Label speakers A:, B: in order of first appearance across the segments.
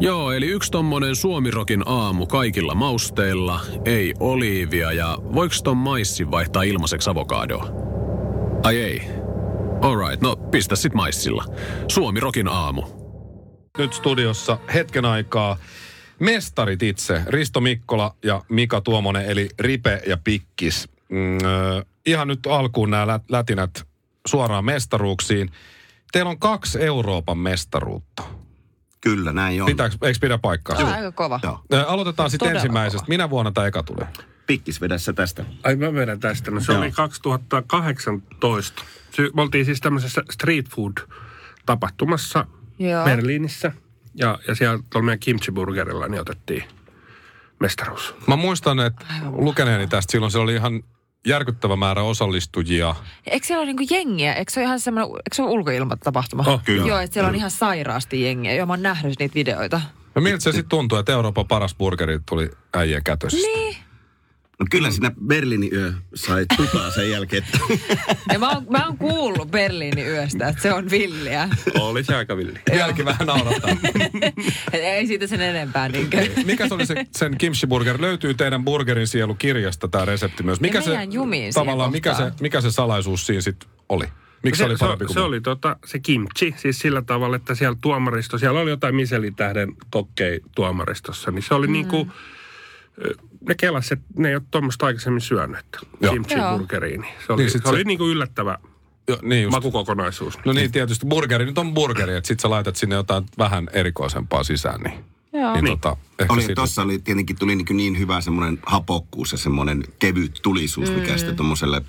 A: Joo, eli yksi tommonen suomirokin aamu kaikilla mausteilla, ei oliivia ja voiko ton maissin vaihtaa ilmaiseksi avokadoa? Ai ei. Alright, no pistä sit maissilla. Suomirokin aamu.
B: Nyt studiossa hetken aikaa mestarit itse, Risto Mikkola ja Mika Tuomonen, eli Ripe ja Pikkis. Mm, ö, ihan nyt alkuun nämä lä- lätinät suoraan mestaruuksiin. Teillä on kaksi Euroopan mestaruutta.
C: Kyllä, näin on.
B: Pitääks, eikö pidä paikkaa?
D: Tämä on aika kova.
C: Joo.
B: Aloitetaan sitten
D: Todella
B: ensimmäisestä. Minä vuonna tämä eka tulee?
C: Pikkis vedä se tästä.
E: Ai mä vedän tästä. No, se
C: Joo.
E: oli 2018. Sy- me oltiin siis tämmöisessä street food tapahtumassa
D: Joo.
E: Berliinissä. Ja, ja siellä tuolla meidän kimchiburgerilla niin otettiin mestaruus.
B: Mä muistan, että lukeneeni tästä silloin se oli ihan järkyttävä määrä osallistujia.
D: Eikö siellä ole niinku jengiä? Eikö se ole ihan semmoinen, eikö se ole ulkoilmatapahtuma?
E: Oh,
C: kyllä.
D: Joo, että siellä on ihan sairaasti jengiä. Joo, mä oon nähnyt niitä videoita.
B: No miltä se sitten tuntuu, että Euroopan paras burgeri tuli äijän kätöstä?
D: Niin.
C: No kyllä sinä Berliinin yö sai tutaa sen jälkeen.
D: Ja mä oon, mä oon kuullut Berliinin yöstä, että se on villiä.
E: Oli se aika villi.
B: Jälki vähän naurattaa.
D: Et ei siitä sen enempää niinkö.
C: Niin,
B: Mikä se oli se, sen kimchi burger? Löytyy teidän burgerin sielu kirjasta tämä resepti myös. Mikä
D: Ja
B: se,
D: mä jään jumiin siihen
B: tavallaan, mikä se,
D: kohtaan.
B: mikä se salaisuus siinä sitten oli? Miksi se, oli parempi
E: se,
B: kuin
E: se oli tota, se kimchi, siis sillä tavalla, että siellä tuomaristo, siellä oli jotain Michelin-tähden kokkei tuomaristossa, niin se oli mm. niin kuin, ne kelas, että ne ei ole tuommoista aikaisemmin syönyt, että
B: Joo.
E: kimchi
D: Joo.
E: burgeriin. niin Se oli,
B: Niin
E: niin
B: sit
E: se oli
B: se-
E: niin kuin yllättävä
B: Jo, niin just.
E: makukokonaisuus.
B: No niin, tietysti burgeri nyt on burgeri, että sit sä laitat sinne jotain vähän erikoisempaa sisään, niin,
D: Joo.
B: niin,
E: Niin.
B: tota, ehkä
C: Oli,
B: siinä-
C: tossa oli, tietenkin tuli niin, niin hyvä semmoinen hapokkuus ja semmoinen kevyt tulisuus,
D: Mm.
C: mikä sitten tuommoiselle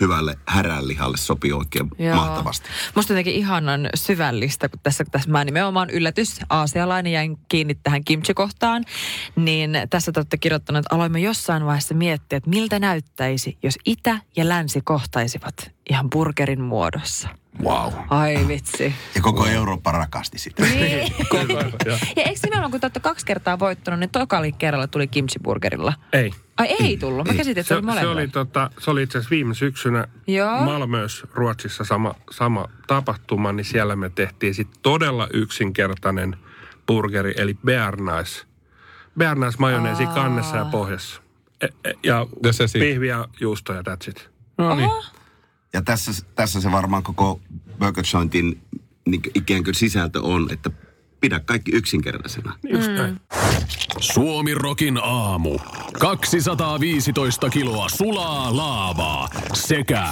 C: hyvälle häränlihalle sopii oikein
D: Joo.
C: mahtavasti.
D: Musta jotenkin ihanan syvällistä, kun tässä, tässä mä nimenomaan yllätys, aasialainen jäin kiinni tähän kimchi-kohtaan, niin tässä te olette kirjoittaneet, että aloimme jossain vaiheessa miettiä, että miltä näyttäisi, jos itä ja länsi kohtaisivat ihan burgerin muodossa.
B: Wow.
D: Ai vitsi.
C: Ja koko Eurooppa rakasti sitä.
D: Niin. ja eikö nimenomaan, kun te olette kaksi kertaa voittanut, niin tokali kerralla tuli kimchi-burgerilla?
E: Ei.
D: Ai ei tullut, mä käsitin, että se,
E: Se,
D: oli
E: se,
D: molemmilla.
E: oli, tota, se oli itse asiassa viime syksynä
D: Joo.
E: Malmös Ruotsissa sama, sama tapahtuma, niin siellä me tehtiin sitten todella yksinkertainen burgeri, eli bearnais. Bearnais majoneesi
D: Aa.
E: kannessa ja pohjassa. E, e, ja
B: Ja se siinä.
E: pihviä, juustoja, that's it.
B: No niin.
C: Ja tässä, tässä se varmaan koko Burger Jointin niin ikään kuin sisältö on, että pidä kaikki yksinkertaisena.
E: Just mm. näin.
A: Suomirokin aamu. 215 kiloa sulaa laavaa sekä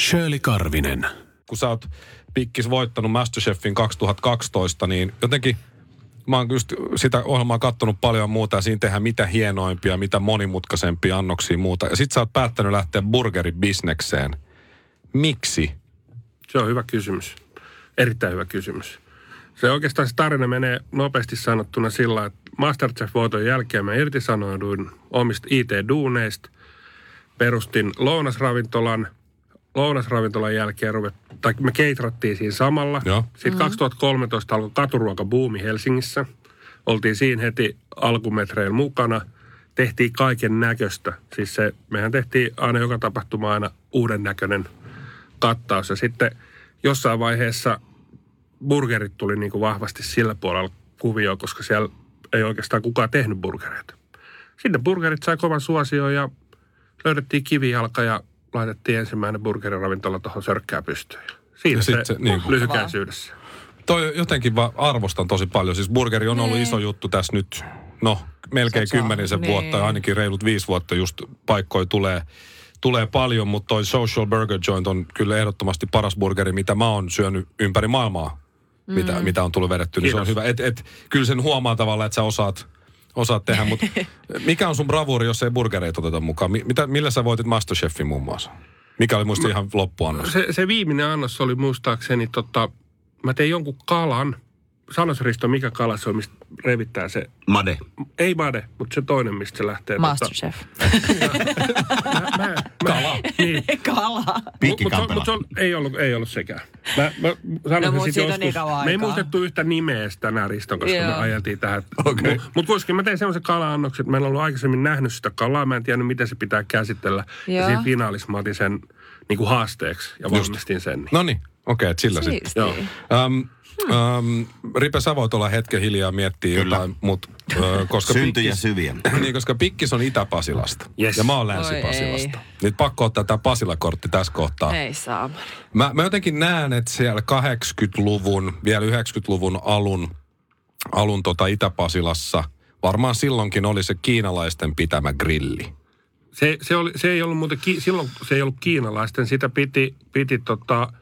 A: Shirley Karvinen.
B: kun sä oot pikkis voittanut Masterchefin 2012, niin jotenkin mä oon just sitä ohjelmaa kattonut paljon ja muuta ja siinä tehdään mitä hienoimpia, mitä monimutkaisempia annoksia ja muuta. Ja sit sä oot päättänyt lähteä burgeribisnekseen. Miksi?
E: Se on hyvä kysymys. Erittäin hyvä kysymys. Se oikeastaan se tarina menee nopeasti sanottuna sillä, että Masterchef-voiton jälkeen mä irtisanouduin omista IT-duuneista. Perustin lounasravintolan. Lounasravintolan jälkeen ruvet, tai me keitrattiin siinä samalla.
B: Joo.
E: Sitten 2013 alkoi katuruokabuumi Helsingissä. Oltiin siinä heti alkumetreillä mukana. Tehtiin kaiken näköistä. Siis se, mehän tehtiin aina joka tapahtuma aina uuden näköinen kattaus. Ja sitten jossain vaiheessa burgerit tuli niin kuin vahvasti sillä puolella kuvioon, koska siellä ei oikeastaan kukaan tehnyt burgereita. Sitten burgerit sai kovan suosion ja löydettiin kivijalka ja laitettiin ensimmäinen burgeriravintola tuohon sörkkää pystyyn. Siinä
B: Ja
E: se,
B: sit se,
E: se
B: niin
E: niin
B: kuin-
E: lyhykäisyydessä.
B: Toi jotenkin vaan arvostan tosi paljon. Siis burgeri on ollut iso juttu tässä nyt, no melkein
D: Sä- sä-
B: kymmenisen
D: niin.
B: vuotta, ainakin reilut viisi vuotta just paikkoja tulee, tulee paljon, mutta toi Social Burger Joint on kyllä ehdottomasti paras burgeri, mitä mä oon syönyt ympäri maailmaa, mitä, mitä on tullut vedetty. Niin se on
E: Kiitos.
B: hyvä. Et, et, kyllä sen huomaa tavallaan, että sä osaat, osaat tehdä, mutta mikä on sun bravuuri, jos ei burgereita oteta mukaan? Mi- Mitä, millä sä voitit Masterchefin muun muassa? Mikä oli muista ihan loppuannos?
E: Se, se viimeinen annos oli muistaakseni, tota, mä tein jonkun kalan. Sanois Risto, mikä kala se on, mistä revittää se.
C: Made.
E: Ei made, mutta se toinen, mistä se lähtee. tota-
D: Masterchef.
E: mä, mä, kala. Niin,
D: Kala.
C: Piikkikampela.
E: Mutta mut ei ollut, ei ollut sekään. Mä, mä sanoin
D: No,
E: no,
D: mut
E: sen sit
D: siitä on
E: joskus.
D: niin kauan
E: me ei
D: aikaa.
E: muutettu yhtä nimeä edes tänään Riston, koska
D: Joo.
E: me ajeltiin tähän.
C: Okei.
E: Mutta mut kuitenkin mä tein semmoisen kala-annoksen, että mä en ollut aikaisemmin nähnyt sitä kalaa. Mä en tiennyt, miten se pitää käsitellä. Ja,
D: Joo.
E: siinä finaalissa mä otin sen niin kuin haasteeksi ja valmistin sen. Niin.
B: No niin, okei, okay, sillä sitten.
D: Siistiä.
E: Joo.
B: Äm, äm, Ripe, sä voit olla hetken hiljaa miettiä
C: Kyllä.
B: jotain, mutta äh, koska,
C: Syntyjä
B: pikkis,
C: syviä.
B: niin, koska Pikkis on Itä-Pasilasta
E: Yes.
B: ja mä oon
D: Oi
B: Länsi-Pasilasta.
D: ei.
B: Nyt pakko ottaa tämä Pasila-kortti tässä kohtaa.
D: Ei saa.
B: Mä, mä jotenkin näen, että siellä 80-luvun, vielä 90-luvun alun, alun tota Itä-Pasilassa, varmaan silloinkin oli se kiinalaisten pitämä grilli.
E: Se, se, oli, se ei ollut muuten, ki, silloin se ei ollut kiinalaisten, sitä piti, piti tota,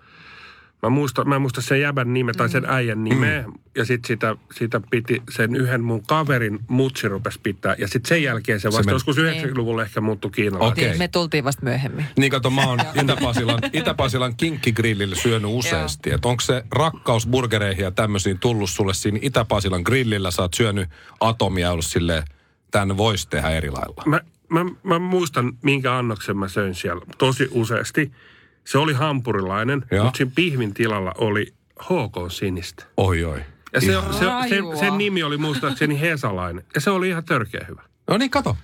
E: mä muistan, mä en muista sen jäbän nimeä tai sen äijän nimeä, ja sitten sitä, sitä piti sen yhden mun kaverin mutsi rupesi pitää, ja sitten sen jälkeen se vasta,
B: meni-
E: joskus 90-luvulla ehkä muuttui kiinalaiseksi.
B: Okei.
D: Niin, me tultiin vasta myöhemmin.
B: Niin kato, mä oon Itä-Pasilan, Itä-Pasilan kinkkigrillillä syönyt useasti. Että onko se rakkaus burgereihin ja tämmöisiin tullut sulle siinä Itä-Pasilan grillillä? Sä oot syönyt atomia ja ollut silleen, tämän voisi tehdä eri lailla.
E: Mä, mä, mä muistan, minkä annoksen mä söin siellä tosi useasti. Se oli hampurilainen,
B: Joo.
E: mutta siinä pihvin tilalla oli HK Sinistä.
B: Oi, oi.
E: Ja se,
B: Ihan.
E: se,
D: Rajua.
E: se, sen nimi oli muistaakseni Hesalainen. Ja se oli ihan törkeä hyvä.
B: No niin, kato.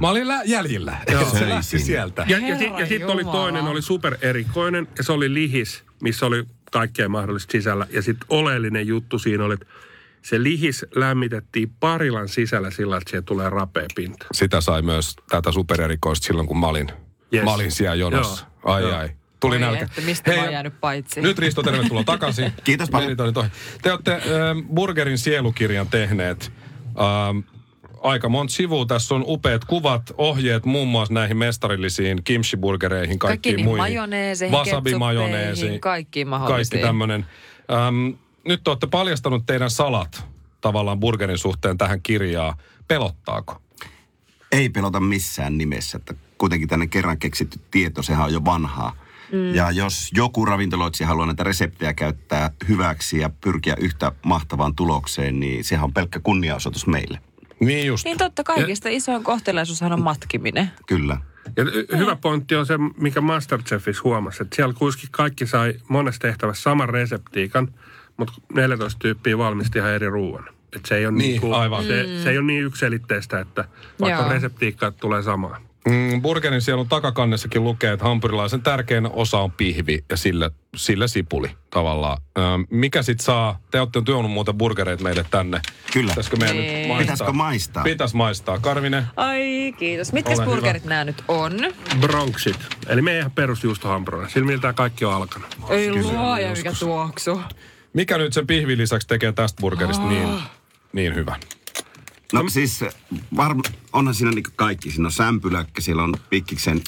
B: Mä olin lä- jäljillä. Joo.
C: Se
B: Se
C: oli
B: lähti
C: siinä.
B: sieltä.
E: Ja, ja, si-
D: Herra
E: ja sitten oli
D: Jumala.
E: toinen, oli supererikoinen, ja se oli lihis, missä oli kaikkea mahdollista sisällä. Ja sitten oleellinen juttu siinä oli, että se lihis lämmitettiin parilan sisällä sillä, että siihen tulee rapea pinta.
B: Sitä sai myös tätä supererikoista silloin, kun mä olin, yes.
E: Yes.
B: mä olin siellä jonossa. Joo.
E: Joo.
B: Ai,
E: Joo.
B: ai. Tuli
D: Oi
B: nälkä.
D: että, mistä mä oon jäänyt paitsi.
B: Nyt Risto, tervetuloa takaisin.
C: Kiitos paljon.
B: Meni toi toi. Te olette äh, Burgerin sielukirjan tehneet. Ähm, aika monta sivua. Tässä on upeat kuvat, ohjeet muun muassa näihin mestarillisiin kimchi-burgereihin, kaikkiin
D: Kaikkiin
B: muihin.
D: majoneeseihin,
B: Wasabi-majoneesiin.
D: ketsuppeihin, kaikkiin
B: Kaikki
D: mahdollisiin.
B: tämmöinen. Ähm, nyt te olette paljastanut teidän salat tavallaan burgerin suhteen tähän kirjaan. Pelottaako?
C: ei pelota missään nimessä. Että kuitenkin tänne kerran keksitty tieto, sehän on jo vanhaa. Mm. Ja jos joku ravintoloitsija haluaa näitä reseptejä käyttää hyväksi ja pyrkiä yhtä mahtavaan tulokseen, niin sehän on pelkkä kunniaosoitus meille.
B: Niin just.
D: Niin totta, kaikista isoin kohtelaisuushan on matkiminen.
C: Kyllä.
E: Ja y-
D: Eh.
E: hyvä pointti on se, mikä Masterchefissa huomasi, että siellä kuitenkin kaikki sai monessa tehtävässä saman reseptiikan, mutta 14 tyyppiä valmisti ihan eri ruoan. Et se ei ole
B: Niin,
E: niin, kuin,
B: aivan.
E: Se, se ei ole niin yksiselitteistä, että vaikka
D: Mm. Joo.
E: reseptiikka tulee samaa.
B: Mm, burgerin sielun takakannessakin lukee, että hampurilaisen tärkein osa on pihvi ja sillä, sillä sipuli tavallaan. Ö, mikä sit saa, te olette tuonut muuten burgereita meille tänne.
C: Kyllä.
B: Pitäisikö meidän
D: Niin.
B: nyt maistaa?
C: Pitäisikö maistaa?
B: Pitäis maistaa. Karvinen,
D: Ai kiitos. Mitkä
B: Ole
D: burgerit nämä nyt on?
E: Bronxit, eli meidän ihan perusjuustohampurilla. Sillä miltä kaikki on alkanut.
D: Ei luoja, mikä tuoksu.
B: mikä nyt sen pihvin lisäksi tekee tästä burgerista
D: Ah.
B: niin, niin hyvän?
C: No siis varm, onhan siinä niin kaikki. Siinä on sämpyläkkä, siellä on pikkiksen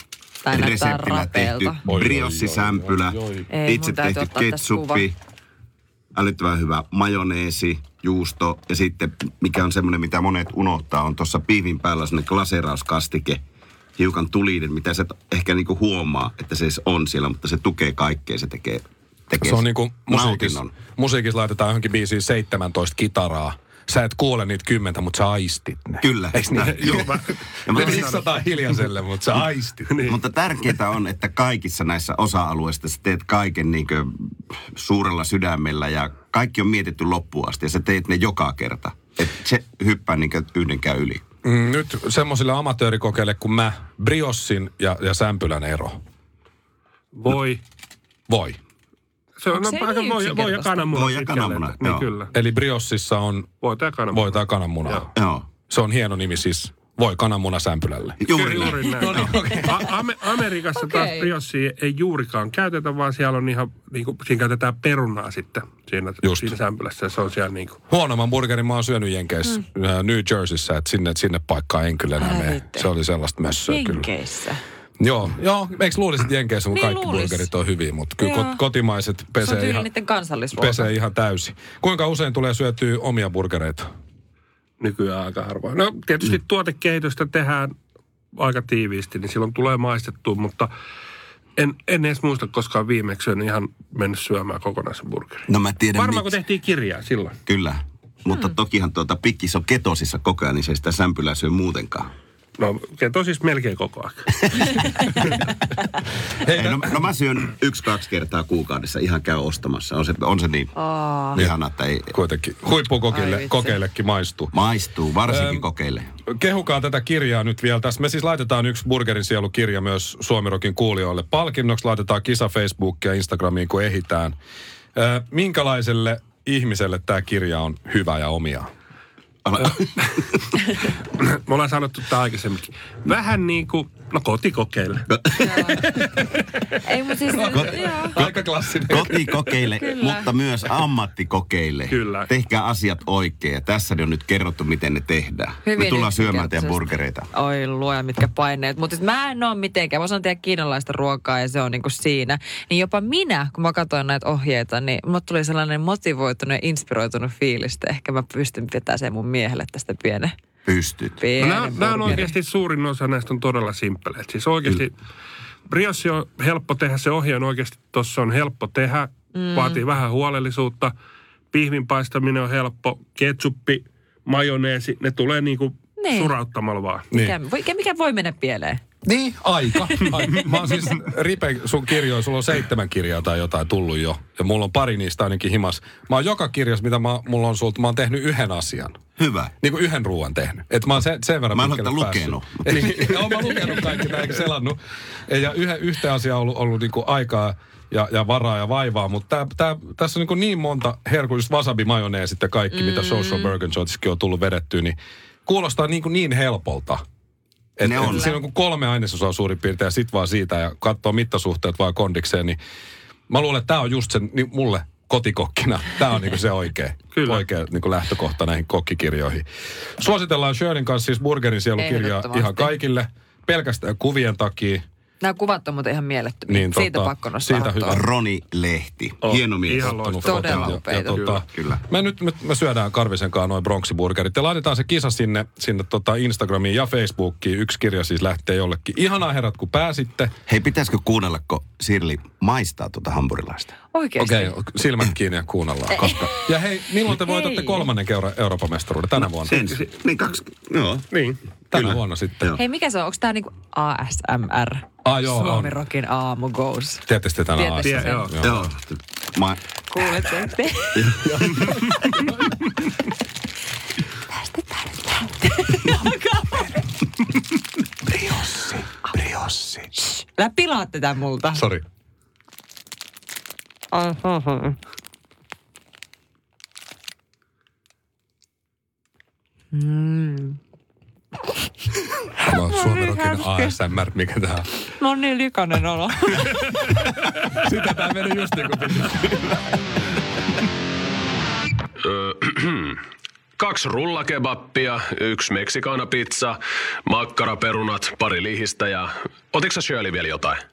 D: Tää näyttää
C: reseptillä tehty
D: rapeelta.
B: Oi, oi,
C: briossisämpylä,
B: oi, oi,
D: oi. Ei,
C: itse
D: mun täytyy
C: tehty
D: ottaa tästä
C: ketsuppi, älyttömän hyvä majoneesi, juusto ja sitten mikä on semmoinen, mitä monet unohtaa, on tuossa piivin päällä semmoinen glaseerauskastike, hiukan tulinen, mitä sä et ehkä niinku huomaa, että se edes on siellä, mutta se tukee kaikkea, se tekee, tekee
B: Se on niinku musiikissa,
C: nautinnon.
B: musiikissa laitetaan johonkin biisiin 17 kitaraa. Sä et kuule niitä kymmentä, mutta sä aistit ne.
C: Kyllä.
B: Eiks niin?
C: Nä-
B: Joo,
C: mä- Ja
B: mä... siis
C: mä-
B: Miksataan hiljaiselle, mutta sä aistit.
C: Niin. Mutta tärkeää on, että kaikissa näissä osa-alueissa sä teet kaiken niin suurella sydämellä ja kaikki on mietitty loppuun asti ja sä teet ne joka kerta. Et se hyppää niin yhdenkään yli.
B: Mm, Nyt semmoisille amatöörikokeille kuin mä, briossin ja, ja sämpylän ero.
E: Voi.
B: Voi.
E: Se on
D: Onko se
E: no, aika
D: niin
E: voi, voi ja
D: yksinkertaista?
E: kananmuna.
C: Voi ja
E: pitkälle,
C: kananmuna,
E: että- Niin
C: joo.
E: kyllä.
B: Eli briossissa on
E: Voi ja kananmuna.
B: voi tai kananmuna.
E: Joo.
C: Joo.
B: Se on hieno nimi siis. Voi kananmuna sämpylälle.
C: Juuri,
E: Kyllä,
C: näin. No niin,
E: juuri näin. A- Ame- Amerikassa taas
D: Okei.
E: briossia ei juurikaan käytetä, vaan siellä on ihan, niin kuin, siinä käytetään perunaa sitten siinä,
B: Just.
E: siinä sämpylässä. Se on siellä niin kuin,
B: Huonomman burgerin mä oon syönyt Jenkeissä, mm. New Jerseyssä, että sinne, sinne paikkaan en kyllä enää
D: Älä
B: mene.
D: viitte.
B: Se oli sellaista mössöä kyllä.
D: Jenkeissä.
B: Joo, joo, eikö luulisi, että Jenkeissä mun
D: Niin
B: kaikki
D: luulis.
B: burgerit on hyviä, mutta kyllä
D: Joo.
B: kot- kotimaiset
D: Se on
B: pesee
D: tyyli
B: ihan,
D: niiden kansallisruoka.
B: pesee ihan täysi. Kuinka usein tulee syötyä omia burgereita?
E: nykyään aika harvoin. No tietysti mm. tuotekehitystä tehdään aika tiiviisti, niin silloin tulee maistettua, mutta en, en edes muista koskaan viimeksi syönyt ihan mennyt syömään kokonaisen burgerin.
C: No mä tiedän
E: Varmaan kun
C: miksi.
E: tehtiin kirjaa silloin.
C: Kyllä. Mutta tokihan tuota pikkis on ketosissa koko ajan, niin se ei sitä sämpylää syö muutenkaan.
E: No, keto siis melkein koko ajan.
C: Ei, no, no mä syön yksi-kaksi kertaa kuukaudessa, ihan käy ostamassa. On se, on se niin
D: Aa,
C: ihana, että ei
B: Kuitenkin
D: Ai
B: huippukokille
D: vitsi.
B: kokeillekin maistuu.
C: maistuu, varsinkin
B: Öm,
C: kokeille.
B: Kehukaa tätä kirjaa nyt vielä tässä. Me siis laitetaan yksi Burgerin sielukirja myös Suomirokin kuulijoille. Palkinnoksi laitetaan kisa Facebookia ja Instagramiin, kun ehitään. Ö, Minkälaiselle ihmiselle tämä kirja on hyvä ja omia?
E: Me ollaan sanottu tämä aikaisemminkin. Vähän niin kuin, no kotikokeille.
D: ei mun siis... joo.
B: Aika klassinen.
C: Kotikokeille,
D: Kyllä.
C: mutta myös ammattikokeille.
E: Kyllä.
C: Tehkää asiat oikein. Ja Tässä on nyt kerrottu, miten ne tehdään. Me tullaan syömään teidän burgereita.
D: yksinkertaisesti. Oi luoja, mitkä paineet. Mutta mä en ole mitenkään. Mä osaan tehdä kiinalaista ruokaa ja se on niinku siinä. Niin jopa minä, kun mä katsoin näitä ohjeita, niin mulle tuli sellainen motivoitunut ja inspiroitunut fiilis, että ehkä mä pystyn pitämään sen mun miehelle tästä pienen.
C: Pystyt.
E: No,
D: pienen
E: nämä, nämä on
D: burgerin.
E: oikeasti suurin osa näistä on todella simppeleitä. Siis oikeasti brioche on helppo tehdä, se ohje on oikeasti tuossa on helppo tehdä, mm. vaatii vähän huolellisuutta. Pihvin paistaminen on helppo, ketsuppi, majoneesi, ne tulee niinku
D: Niin.
E: niin. surauttamalla vaan.
D: Mikä, mikä, mikä voi mennä pieleen?
B: Niin, aika. aika. Mä oon siis, Ripe, sun kirjoja, sulla on seitsemän kirjaa tai jotain tullut jo. Ja mulla on pari niistä ainakin himas. Mä oon joka kirjas, mitä mä, mulla on sulta, mä oon tehnyt yhden asian.
C: Hyvä.
B: Niin kuin yhden ruoan tehnyt. Et mä oon sen, sen verran
C: Mä en ole
B: pitkälle
C: tätä
B: päässyt.
C: lukenut.
B: Niin, oon mä lukenut kaikki näin, eikä selannut. Ja yhden, yhtä asiaa on ollut, ollut niin kuin aikaa ja, ja varaa ja vaivaa, mutta tää, tää, tässä on niin, kuin niin monta herkkuja, just wasabi, majoneesit ja kaikki, mm. mitä social burger shotisikin on tullut vedettyä, niin kuulostaa niin, kuin niin helpolta. Et,
C: Ne on.
B: Et siinä on kuin kolme ainesosaa suurin piirtein ja sit vaan siitä ja katsoo mittasuhteet vaan kondikseen, niin mä luulen, että tämä on just se niin mulle kotikokkina. Tämä on niinku se oikea,
E: Kyllä.
B: oikea niinku lähtökohta näihin kokkikirjoihin. Suositellaan Shirlin kanssa siis Burgerin sielukirjaa
D: Ehdottomasti.
B: ihan kaikille. Pelkästään kuvien takia.
D: Nämä kuvat on muuten ihan mielettömiä.
B: Niin,
D: Niin, siitä
B: tota,
D: pakko nostaa
B: siitä
D: hattua.
B: hyvä.
C: Roni Lehti.
E: Oh,
C: Hieno mies.
E: ihan
B: ottanut
E: Todella
B: foton ja-
D: upeita.
B: ja tota,
C: Kyllä.
B: Me nyt me, me syödään Karvisen kanssa noin bronksiburgerit ja laitetaan se kisa sinne, sinne tota Instagramiin ja Facebookiin. Yksi kirja siis lähtee jollekin. Ihanaa herrat, kun pääsitte.
C: Hei, pitäisikö kuunnella, kun Sirli maistaa tuota hampurilaista?
D: Oikeasti.
B: Okei, okay, silmät kiinni ja kuunnellaan. Koska... Ja hei, milloin te voitatte
D: Hei.
B: kolmannen euro- Euroopan mestaruuden? Tänä vuonna?
C: Ensin. Niin kaksi. Joo.
E: Niin.
B: Tänä
C: kyllä.
B: vuonna sitten.
C: Joo.
D: Hei, mikä se on? Onko tämä niinku ASMR?
B: Ah, joo,
D: Suomi
B: on.
D: Rockin aamu goes.
B: Tiedätte sitten tänä
D: Tiedätte
B: aasiassa.
E: sen. Joo.
C: Joo. Ma-
D: Kuulet sen?
C: Priossi.
D: Älä pilaa tätä multa.
B: Sori. Tämä on Suomen rokin ASMR, mikä tämä on.
D: No niin, likainen olo.
B: Sitä tämä meni just niin kuin piti.
A: Kaksi rullakebappia, yksi meksikana pizza, makkaraperunat, pari lihistä ja... Otitko sä Shirley vielä jotain?